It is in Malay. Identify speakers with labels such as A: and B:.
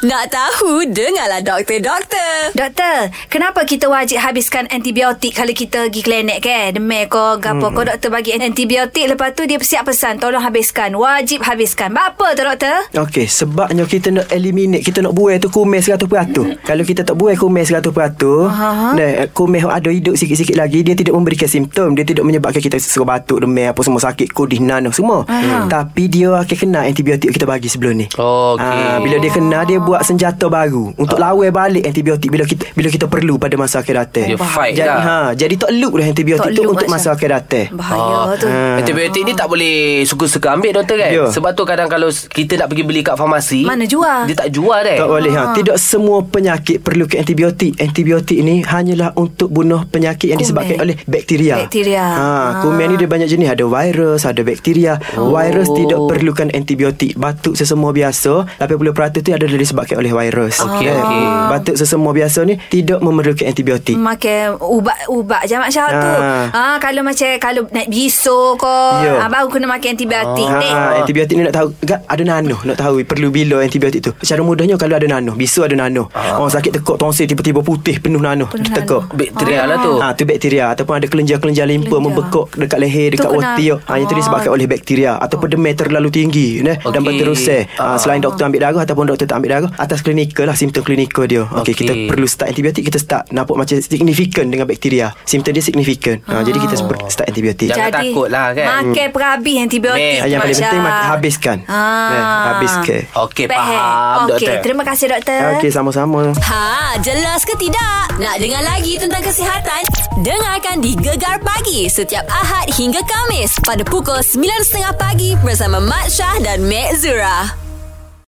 A: Nak tahu, dengarlah doktor, doktor.
B: Doktor, kenapa kita wajib habiskan antibiotik kalau kita pergi klinik ke? Demik ko, gapo hmm. ko doktor bagi antibiotik lepas tu dia siap pesan tolong habiskan, wajib habiskan. Buat apa tu doktor?
C: Okey, sebabnya kita nak eliminate, kita nak buai tu kumis 100%. Kalau kita tak buai kumis 100%,
B: Aha.
C: nah kumis yang ada hidup sikit-sikit lagi, dia tidak memberikan simptom, dia tidak menyebabkan kita sesak batuk, demam, apa semua sakit, kodih nano semua. Hmm. Tapi dia akan kena antibiotik kita bagi sebelum ni.
D: Okey.
C: Ah,
D: Ah.
C: bila dia kena dia buat senjata baru untuk lawan balik antibiotik bila kita bila kita perlu pada masa akhir datang.
D: Dia fight
C: jadi,
D: lah.
C: Ha, jadi tak loop dah antibiotik
B: Tak
C: tu
B: loop
C: untuk masa
B: macam.
C: akhir datang.
D: Ah,
B: Bahaya tu.
D: eh. Antibiotik ni tak boleh suka-suka ambil doktor kan?
C: Ah. Ya.
D: Sebab tu kadang kalau s- kita nak pergi beli kat farmasi,
B: Mana jual?
D: Dia tak jual eh. deh.
C: Tak boleh
B: Ah.
C: ha. Tidak semua penyakit perlukan antibiotik. Antibiotik ni hanyalah untuk bunuh penyakit yang
B: Kuman.
C: disebabkan oleh bakteria.
B: Bakteria.
C: Ha,
B: Ah.
C: kuman ni dia banyak jenis. Ada virus, ada bakteria. Oh. Virus tidak perlukan antibiotik. Batuk sesama biasa, 80% tu adalah disebabkan oleh
B: Ah.
C: virus. Eh,
D: Okey, okey.
C: Batuk sesama biasa ni tidak memerlukan antibiotik.
B: Makan ubat-ubat je Mak Syah tu. Ah.
C: Ah.
B: kalau macam kalau nak bisu ko,
C: Ya.
B: ah, baru kena makan antibiotik. Ah.
C: Ha, antibiotik ni nak tahu Gak, Ada nano Nak tahu perlu bila antibiotik tu Secara mudahnya Kalau ada nano Bisu ada nano
D: Ah.
C: Orang sakit tekuk tonsil Tiba-tiba putih Penuh nano
B: Penuh nano.
C: Penuh Tekuk
B: Ah.
D: Bakteria lah tu.
C: Ha, tu bakteria ataupun ada kelenjar-kelenjar limpa
B: Kelenjar.
C: membekak dekat leher,
B: Tu
C: dekat
B: kena-
C: otak. Ha, yang tu disebabkan oleh bakteria ataupun demam terlalu tinggi neh okay. dan
D: Okey.
C: berterusan. Ha, selain doktor ambil darah ataupun doktor tak ambil darah, atas klinikal lah simptom klinikal dia. Okey, okay.
D: Okey.
C: kita perlu start antibiotik, kita start nampak macam signifikan dengan bakteria. Simptom dia signifikan. Ha, jadi kita per- start antibiotik.
D: Jangan takut lah, kan?
B: Makan perhabis antibiotik.
D: Meh,
C: yang
B: Mak
C: paling penting
B: Syah.
C: mak- habiskan. Neh, habiskan.
D: Okey,
B: Baik.
D: faham doktor.
B: Okey, terima kasih doktor.
C: Okey, sama-sama.
A: Ha, jelas ke tidak? Nak dengar lagi tentang kesihatan? Dengarkan di Gegar Pagi setiap Ahad hingga Kamis pada pukul 9.30 pagi bersama Mat Syah dan Mek Zura.